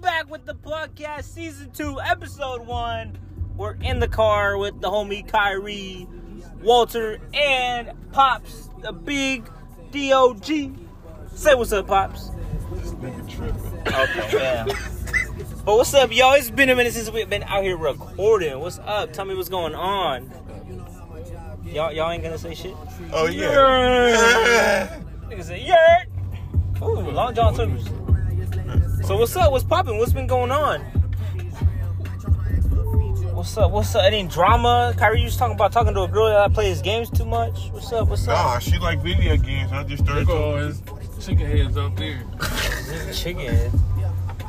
back with the podcast season two, episode one. We're in the car with the homie Kyrie, Walter, and Pops, the big DOG. Say what's up, Pops. Nigga tripping. Okay, yeah. but what's up, y'all? It's been a minute since we've been out here recording. What's up? Tell me what's going on. Y'all, y'all ain't gonna say shit. Oh yeah. Nigga say yeah. Ooh, Long John Silver's. So what's up? What's popping? What's been going on? What's up? What's up? Any drama? Kyrie, you was talking about talking to a girl that plays games too much. What's up? What's up? Nah, she like video games. I just There started go talking. his chicken heads up there. Chicken.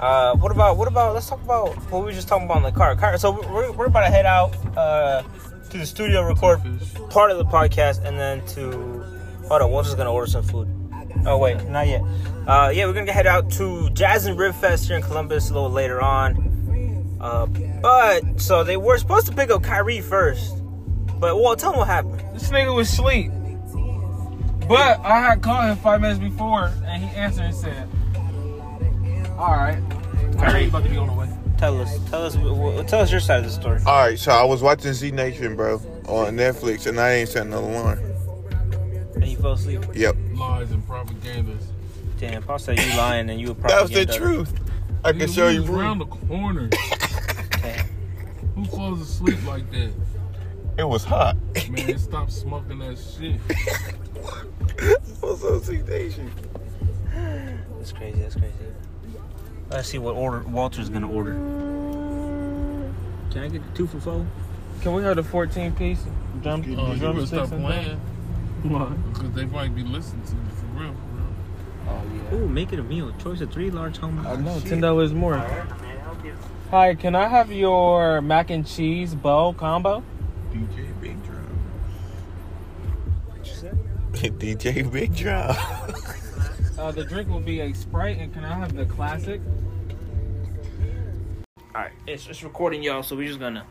Uh, what about what about? Let's talk about what we were just talking about in the car. Car. So we're, we're about to head out uh, to the studio, record part of the podcast, and then to hold on. Walter's gonna order some food. Oh wait, not yet. Uh, yeah, we're gonna head out to Jazz and Rib Fest here in Columbus a little later on. Uh, but so they were supposed to pick up Kyrie first, but well, tell them what happened. This nigga was asleep. But I had called him five minutes before and he answered and said, Alright. Kyrie about to be on the way. Tell us, tell us, wh- wh- tell us your side of the story. All right, so I was watching Z Nation, bro, on Netflix, and I ain't setting an alarm. And you fell asleep. Yep, Lies and propagandas. Damn, Paul said you lying, and you were probably that was the truth. I can Nigga, show we you was around proof. the corner. Who falls asleep like that? It was hot. Man, stop smoking that shit. What's up, Z Nation? That's crazy. That's crazy. Let's see what order Walter's gonna order. Can I get two for four? Can we have a 14 piece? Drum, Oh, you better stop drumsticks and playing. Why? Because they might be listening to you for real. for Ooh, make it a meal. Choice of three large homemade. No, ten dollars more. Hi, can I have your mac and cheese bowl combo? DJ Big Drum. DJ Big Drum. Uh, the drink will be a Sprite, and can I have the classic? All right, it's, it's recording, y'all. So we're just gonna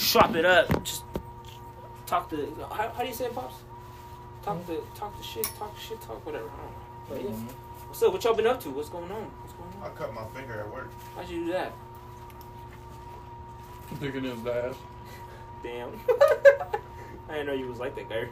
chop it up. Just talk to. How, how do you say it, pops? Talk to talk to shit. Talk shit. Talk whatever. I don't know. But yeah. What's up? What y'all been up to? What's going on? What's going on? I cut my finger at work. How'd you do that? real. Picking his ass. Damn. I didn't know you was like that, Gary.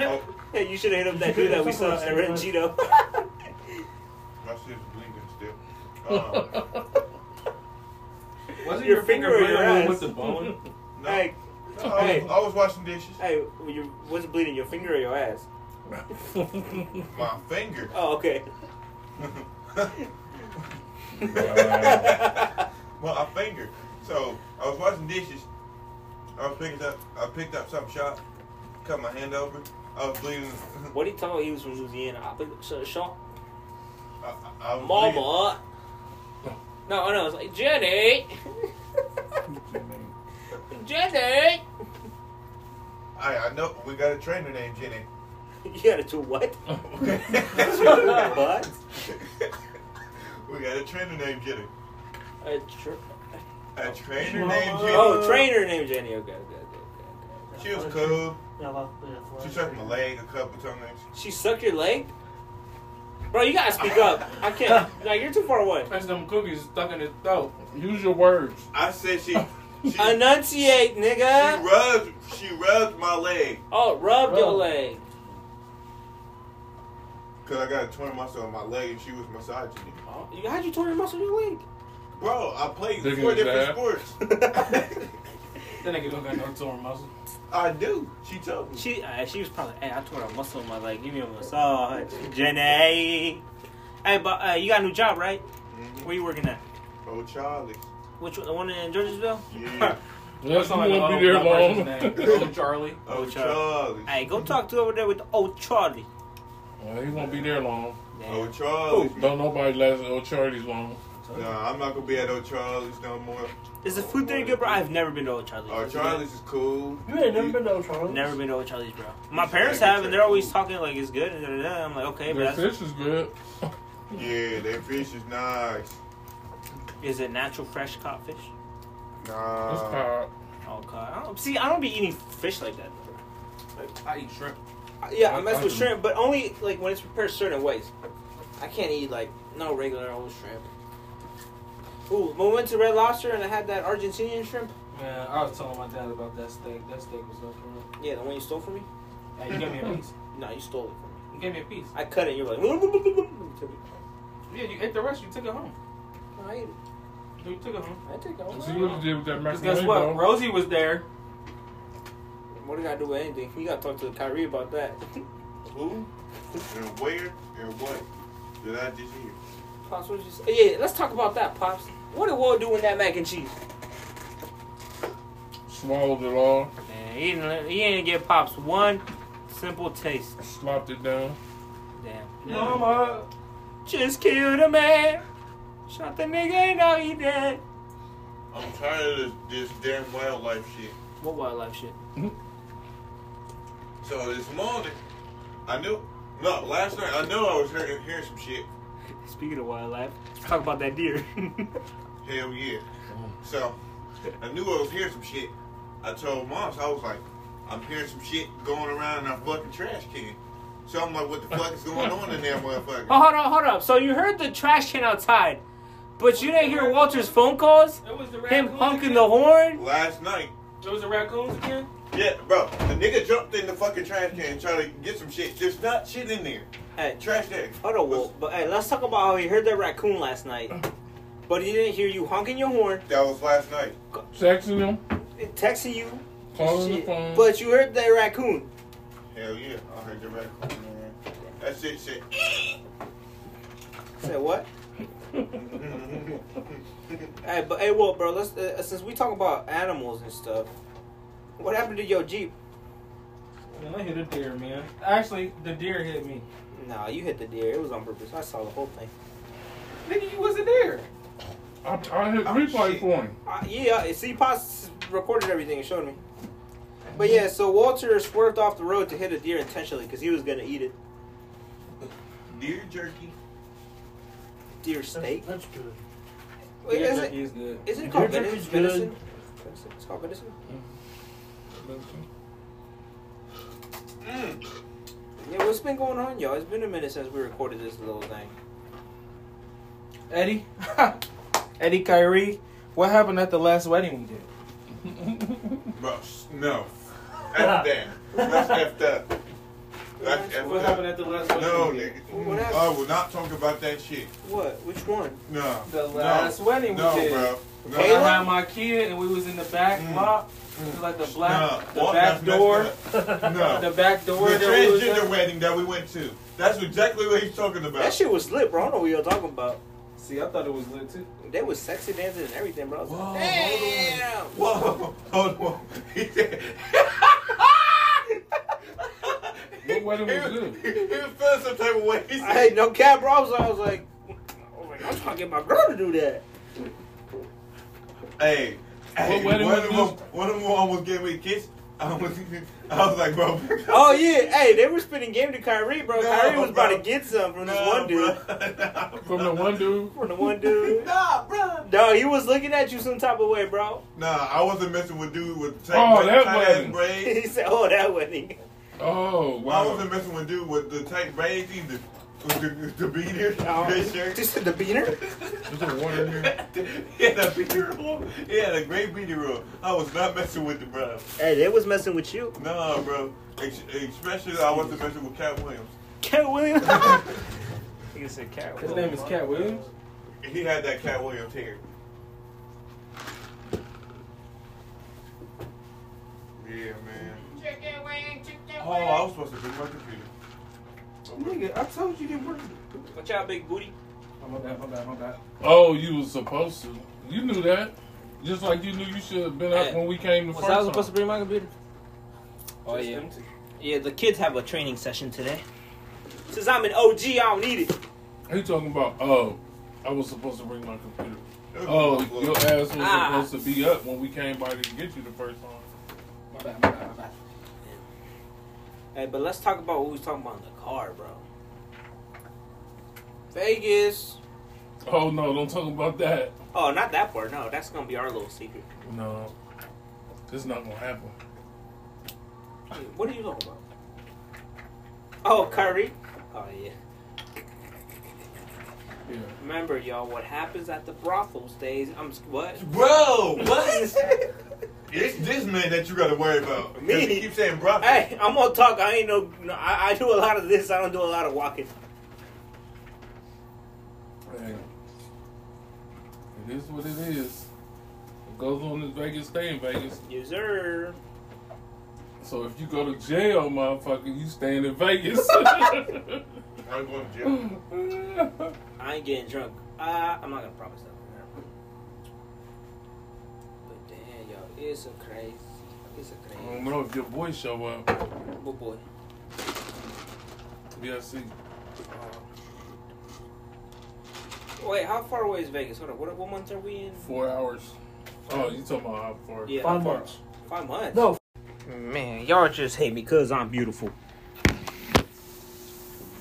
Oh. Hey, you should have hit up that dude that we saw at Rangito. My shit's blinking still. Um, Wasn't Your your finger finger or your bleeding with ass? the bone? no, hey, no, I, was, I was washing dishes. hey, you what's bleeding? Your finger or your ass? My finger. Oh, okay. Uh. Well, I fingered. So I was washing dishes. I was picking up. I picked up some shot. Cut my hand over. I was bleeding. what he told he was from Louisiana. I think so, Shaw. I, I, I was bleeding. Mama. No, no, it's like Jenny. Jenny. I, I know we got a trainer named Jenny. You gotta do what? we what? got a trainer named Jenny. A Uh, tr- A trainer named Jenny. oh, trainer named Jenny. Okay, okay, okay, okay. She was cool. She She's sucked my leg a couple times. She sucked your leg. Bro, you gotta speak up. I can't. Like you're too far away. That's them cookies stuck in his throat. Use your words. I said she. She, Enunciate, she nigga. rubbed. She rubbed my leg. Oh, rub, your Rub. leg. Cause I got a torn muscle on my leg and she was massaging it. Oh, you- how'd you tore your muscle in your leg? Bro, I played Digging four his different ass. sports. That nigga don't got no torn muscle. I do. She told me. She uh, she was probably, hey, I tore a muscle in my leg. Give me a massage. Jenny. Hey, but uh, you got a new job, right? Mhm. Where you working at? Oh, Charlie. Which one? The one in Georgesville? Yeah. That's not sound like gonna an be there old black long. person's Old Charlie. Oh, Oh, Charlie. Hey, go talk to over there with the old Charlie. Well, Oh, he won't be there long. Oh, Damn. Charlie. Don't nobody last at old Charlie's long. Nah, I'm not gonna be at Oh Charlie's no more. Is the food there good, bro? I've never been to old Charlie's. Oh, Is it good? Charlie's is cool. You ain't never been to Charles. Never been to Old Charlie's, bro. My It's parents like have, and they're always food. talking like it's good, and da, da, da. I'm like, okay, Their but that's, fish is good. Yeah, their fish is nice. is it natural fresh caught fish? It's Nah. cod. Oh god, I don't, see, I don't be eating fish like that. Though. Uh, I eat shrimp. Yeah, I I- mess I with do. shrimp, but only like when it's prepared certain ways. I can't eat like no regular old shrimp. Ooh, when we went to Red Lobster and I had that Argentinian shrimp. Man, I was telling my dad about that steak. That steak was not for Yeah, the one you stole from me. real. Hey, you gave me a piece. No, you stole it from me. You gave me a piece. I cut it. You were like, to me. Yeah, you ate the rest. You took it home. No, I ate it. You took it home. I take it. See what you did with that Because macaroni, guess what? bro. Rosie was there. What do I do with anything? You gotta talk to Kyrie about that. Who and where and what did I just hear? Pops, what did you say? Yeah, let's talk about that, Pops. What did Will do with that mac and cheese? Swallowed it all, Man, he didn't, he didn't give Pops one simple taste. slopped it down. Damn. Mama. Just killed a man. Shot the nigga and now he dead. I'm tired of this, this damn wildlife shit. What wildlife shit? So this morning, I knew. No, last night I knew I was hearing, hearing some shit. Speaking of wildlife, let's talk about that deer. Hell yeah. So I knew I was hearing some shit. I told moms I was like, I'm hearing some shit going around in our fucking trash can. So I'm like, what the fuck is going on in there, motherfucker? Oh, hold on, hold up. So you heard the trash can outside, but you didn't hear Walter's phone calls? It was the Him raccoons. honking again. the horn? Last night, It was the raccoons again. yeah, bro, the nigga jumped in the fucking trash can trying to get some shit. There's not shit in there. Hey, Trash day. hold on, Walt. But hey, let's talk about how he heard that raccoon last night, but he didn't hear you honking your horn, That was last night. Sexing him, texting you, calling the shit, phone. but you heard that raccoon. Hell yeah, I heard the record, man. That shit shit. I said what? Hey, but hey, well, bro, let's uh, since we talk about animals and stuff, what happened to your Jeep? Man, I hit a deer, man. Actually, the deer hit me. Nah, you hit the deer. It was on purpose. I saw the whole thing. Nigga, you wasn't there. I, I hit Oh, replay shit. for him. Uh, yeah, see, Pops recorded everything and showed me. But yeah, so Walter swerved off the road to hit a deer intentionally because he was gonna eat it. Deer jerky. Deer steak. That's good. Wait, Deer is jerky it? is good. Is it called Deer venison? jerky's good. venison? Venison? It's called venison. Mm. Yeah, what's been going on, y'all? It's been a minute since we recorded this little thing. Eddie. Eddie Kyrie. What happened at the last wedding we did? Bro, s- no. F that. That's effed up. That's What effed up. at the last No, we did? nigga. What Mm, happened? I will not talk about that shit. What? Which one? No. The No. last wedding we No, did. bro. No. When I had my kid and we was in the back Mm. lot, Mm. like the No. black, the Well, back that's door, messed up. No. the back door. The that we was transgender at. wedding that we went to. That's exactly what he's talking about. That shit was lit, bro. I don't know what y'all talking about. See, I thought it was lit too. They was sexy dancing and everything, bro. I was like, Whoa, Damn. Whoa, hold on. He said. What wedding He was was, this? he was feeling some type of way. He said, Hey, no cap, bro. I was, I was like, I was like, I'm trying to get my girl to do that. Hey, hey wedding one, was of them, this? one of them almost gave me a kiss. I was, I was like, bro. Oh yeah, hey, they were spinning game to Kyrie, bro. No, Kyrie was about bro. to get some from this Nah, one dude, bro. Nah, From the bro. one dude. from the one dude. Nah, bro. No, he was looking at you some type of way, bro. Nah, I wasn't messing with dude with the Oh, tight, that tight wedding. ass braids. he said, "Oh, that wasn't." Oh I wow. wasn't messing with dude with the tight braids either. With the, the beater, gray shirt. Just the beaner. There's a water here. he had a beater on. He had a great beater on. I was not messing with the bro. Hey, they was messing with you, Nah, bro. Ex- especially I wasn't messing with Cat Williams. Cat Williams. he said, "Cat." His name is Cat Williams. He had that Cat Williams hair. Yeah, man. Oh, I was supposed to bring my computer. Nigga, I told you didn't bring it. Watch out, big booty. Oh, my bad, my bad, my bad. Oh, you was supposed to. You knew that. Just like you knew you should have been up Hey, when we came the Was first I time. supposed to bring my computer? Oh Just yeah. empty. Yeah, the kids have a training session today. Since I'm an OG, I don't need it. He talking about? Oh, I was supposed to bring my computer. It was Oh, a little your ass was Ah. supposed to be up when we came by to get you the first time. My bad, my bad, my bad. Hey, but let's talk about what we was talking about in the car, bro. Vegas. Oh no, don't talk about that. Oh, not that part. No, that's gonna be our little secret. No, it's not gonna happen. What are you talking about? Oh, Kyrie. Oh yeah. Yeah. Remember, y'all, what happens at the brothel stays. I'm s- what? Bro, What? it's this man that you gotta worry about. 'Cause Me? He keep saying brothel. hey, I'm gonna talk. I ain't no. no I, I do a lot of this. I don't do a lot of walking. Hey, It is what it is. It goes on in Vegas, stay in Vegas. Yes, sir. So if you go to jail, motherfucker, you staying in Vegas. I'm going to jail. I ain't getting drunk. Uh, I'm not gonna promise that. But damn, y'all, it's a crazy. It's a I don't Um, crazy. know if your boy show up. But boy. Yeah, see. Wait, how far away is Vegas? Hold on. What, what month are we in? Four hours. Oh, you talking about how far? Yeah, Five how far? months. Five months. No. Man, y'all just hate me because I'm beautiful.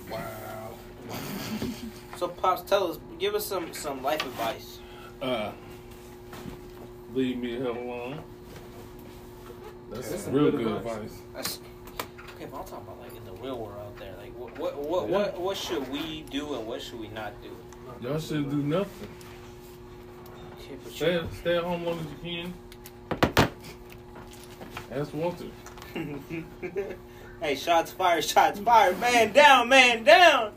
Wow. So, pops, tell us, give us some some life advice. Uh, leave me the hell alone. That's, That's some real good good advice. advice. That's, okay, but I'm talking about like in the real world out there. Like, what what what Yeah. what, what should we do and what should we not do? Y'all shouldn't do nothing. Okay, but Stay, you- stay at home long as you can. That's Walter. hey, shots fired, shots fired, man down, man down.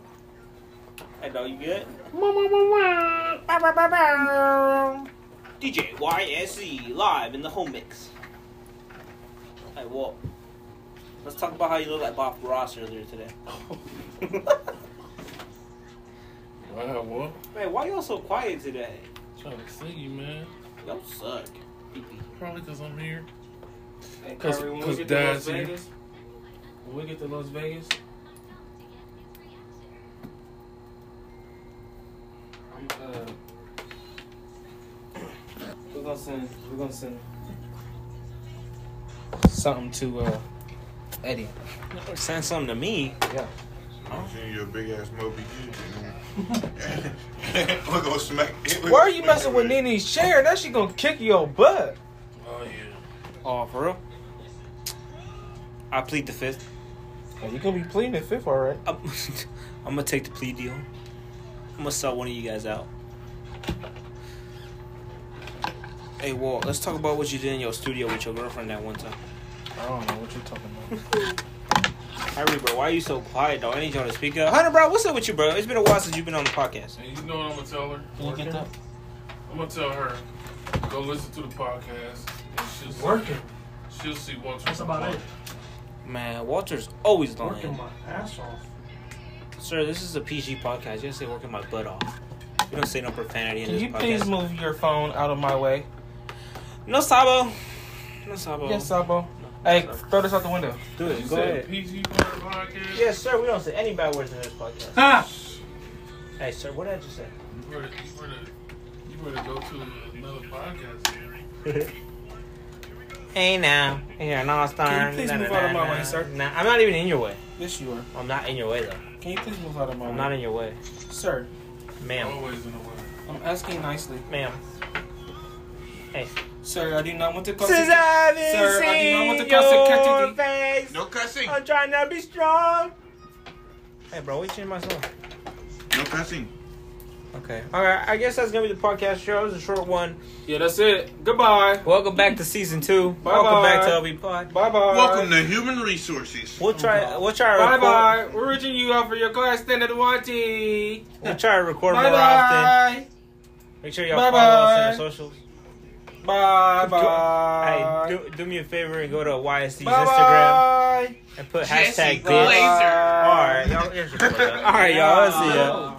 Hey, dog, you good? Bow, bow, bow, bow. DJ YSE E, live in the home mix. Hey, Walt. Let's talk about how you look like Bob Ross earlier today. Wow, Walt. Man, why y'all so quiet today? Trying to see you, man. Y'all suck. Probably because I'm here. Hey, 'Cause- Kyrie, when 'cause we get to Las Dad's here. Vegas, when we get to Las Vegas, I'm, uh, we're gonna send, we're gonna send something to uh, Eddie. Send something to me. I'm seeing you a big ass Moby Dick. We're gonna smack it. Why are you messing with Nene's chair? That she gonna kick your butt. Oh, yeah. Oh, for real? I plead the fifth. Well, Oh, you gonna be pleading the fifth, all right? I'm, I'm gonna take the plea deal. I'm gonna sell one of you guys out. Hey, Walt, let's talk about what you did in your studio with your girlfriend that one time. I don't know what you're talking about. Harry, bro, why are you so quiet, though? I need y'all to speak up. Hunter, bro, what's up with you, bro? It's been a while since you've been on the podcast. And you know what I'm going to tell her? Can you get that? I'm going to tell her, go listen to the podcast. And she'll see, Working, She'll see Walter. That's about Walter. it. Man, Walter's always lying. ass off. Sir, this is a PG podcast. You don't say working my butt off. We don't say no profanity in Can this you podcast. please move your phone out of my way? No sabo. No sabo. Yes, Sabo. Hey, throw this out the window. Do You it. Go said ahead. PG for the podcast? Yes, sir. We don't say any bad words in this podcast. Hey, sir, what did I just say? You better, you better, you better go to another podcast. man. Hey now, you're an all-star. Can you please move out of my way, sir? Nah, I'm not even in your way. Yes, you are. I'm not in your way though. Can you please move out of my I'm way? not in your way, Sir, ma'am. Always in the way. I'm asking nicely. Ma'am. Sir, I do not want to cause. Since I've been Sir, I do not want to seen cause your security. face, No cussing. Uh, I'm trying to be strong. Hey, bro, what you in my song? No cussing. Okay. All right. I guess that's gonna be the podcast show. It was a short one. Yeah, that's it. Goodbye. Welcome back to season two. Bye-bye. Welcome back to LB Pod. Bye bye. Welcome uh, to Human Resources. We'll try. We'll try. to Bye record- bye. We're reaching you out for your class standard warranty. We'll try to record Bye more often. bye. Make sure y'all Bye follow us on bye. our socials. Bye Hey, bye. do, do me a favor and go to YSD's Instagram Bye and put Jesse hashtag Glazer. bitch. bye. All right, y'all. All right, y'all. I'll see ya.